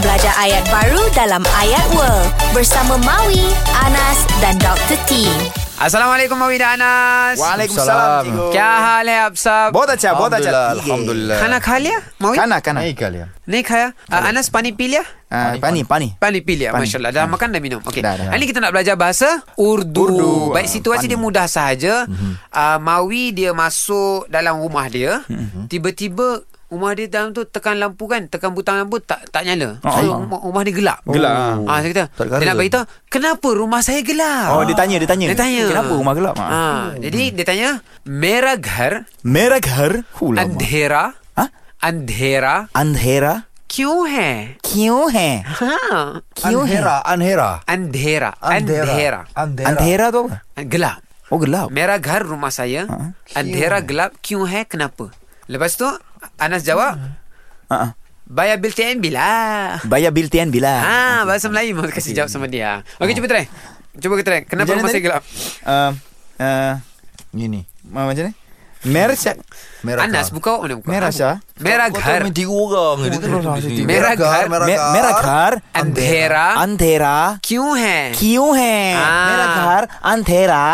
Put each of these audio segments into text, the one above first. Ada ayat baru dalam Ayat World bersama Maui, Anas dan Dr. T. अस्सलाम मवीद Anas वालेकुम सलाम। टीगो। क्या हाल है आप सब बहुत अच्छा बहुत अच्छा अल्हम्दुलिल्लाह, ठीक है। अल्हम्दुलिल्लाह। खाना खा लिया मवी खाना खाना नहीं कर लिया नहीं खाया uh, Anas pani पी लिया Ah, पानी पानी Pani pilih Pani. MasyaAllah Dah makan dah minum Okey. Dah, dah. Hari ni kita nak belajar bahasa Urdu, Urdu. Baik Ah, Mhm. situasi dia mudah sahaja uh, Mawi dia masuk dalam rumah dia Mhm. Tiba-tiba Rumah dia dalam tu tekan lampu kan Tekan butang lampu tak tak nyala So Ah. rumah, rumah dia gelap Gelap. Ah, Saya kata Tak ada Dia nak kara. beritahu Kenapa rumah saya gelap Oh, dia tanya, dia tanya. Dia tanya Kenapa rumah gelap? Ah. ah, Jadi dia tanya Merah ghar मेरा घर हुलमा अंधेरा हाँ? अंधेरा अंधेरा क्यों है क्यों है हाँ क्यों है अंधेरा अंधेरा अंधेरा अंधेरा अंधेरा अंधेरा तो gelap वो गुलाब merah ghar rumah saya Ha? अंधेरा gelap क्यों है kenapa lepas tu Anas jawab Ah, ah. bayar bil TNB lah Bayar bil tian bila ah bahasa Melayu mau kasih jawab sama dia okey cuba try cuba kita try kenapa Macam mana rumah saya tadi? gelap Ah, ah, Ini ma- Macam ni Merah syak Merah Anas buka awak mana buka Merah Kamu. sah merah ghar tiga orang Dia tu Merah di sini. ghar. Merah ghar. मे- मेरा घर अंधेरा अंधेरा क्यों है क्यों है Ah. मेरा घर अंधेरा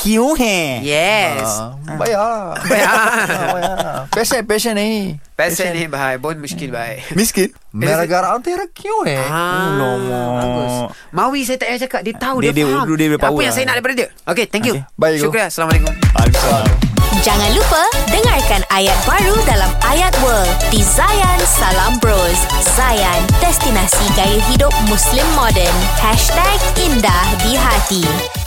क्यों है yes हाँ। हाँ, भैया भैया। भैया। पैसे पैसे नहीं पैसे नहीं भाई बहुत मुश्किल भाई मिस्किन मेरा घर अंधेरा क्यों है Ah, Alamak. bagus. Mawi saya tak payah cakap Dia tahu Dia, Oh, Dia- dia faham Urdu, dia Apa power yang lah. saya nak daripada dia Okay thank you Okay. Baik, Syukran Assalamualaikum Jangan lupa dengarkan ayat baru dalam Ayat World di Zayan Salam Bros. Zayan, destinasi gaya hidup Muslim modern. #IndahDiHati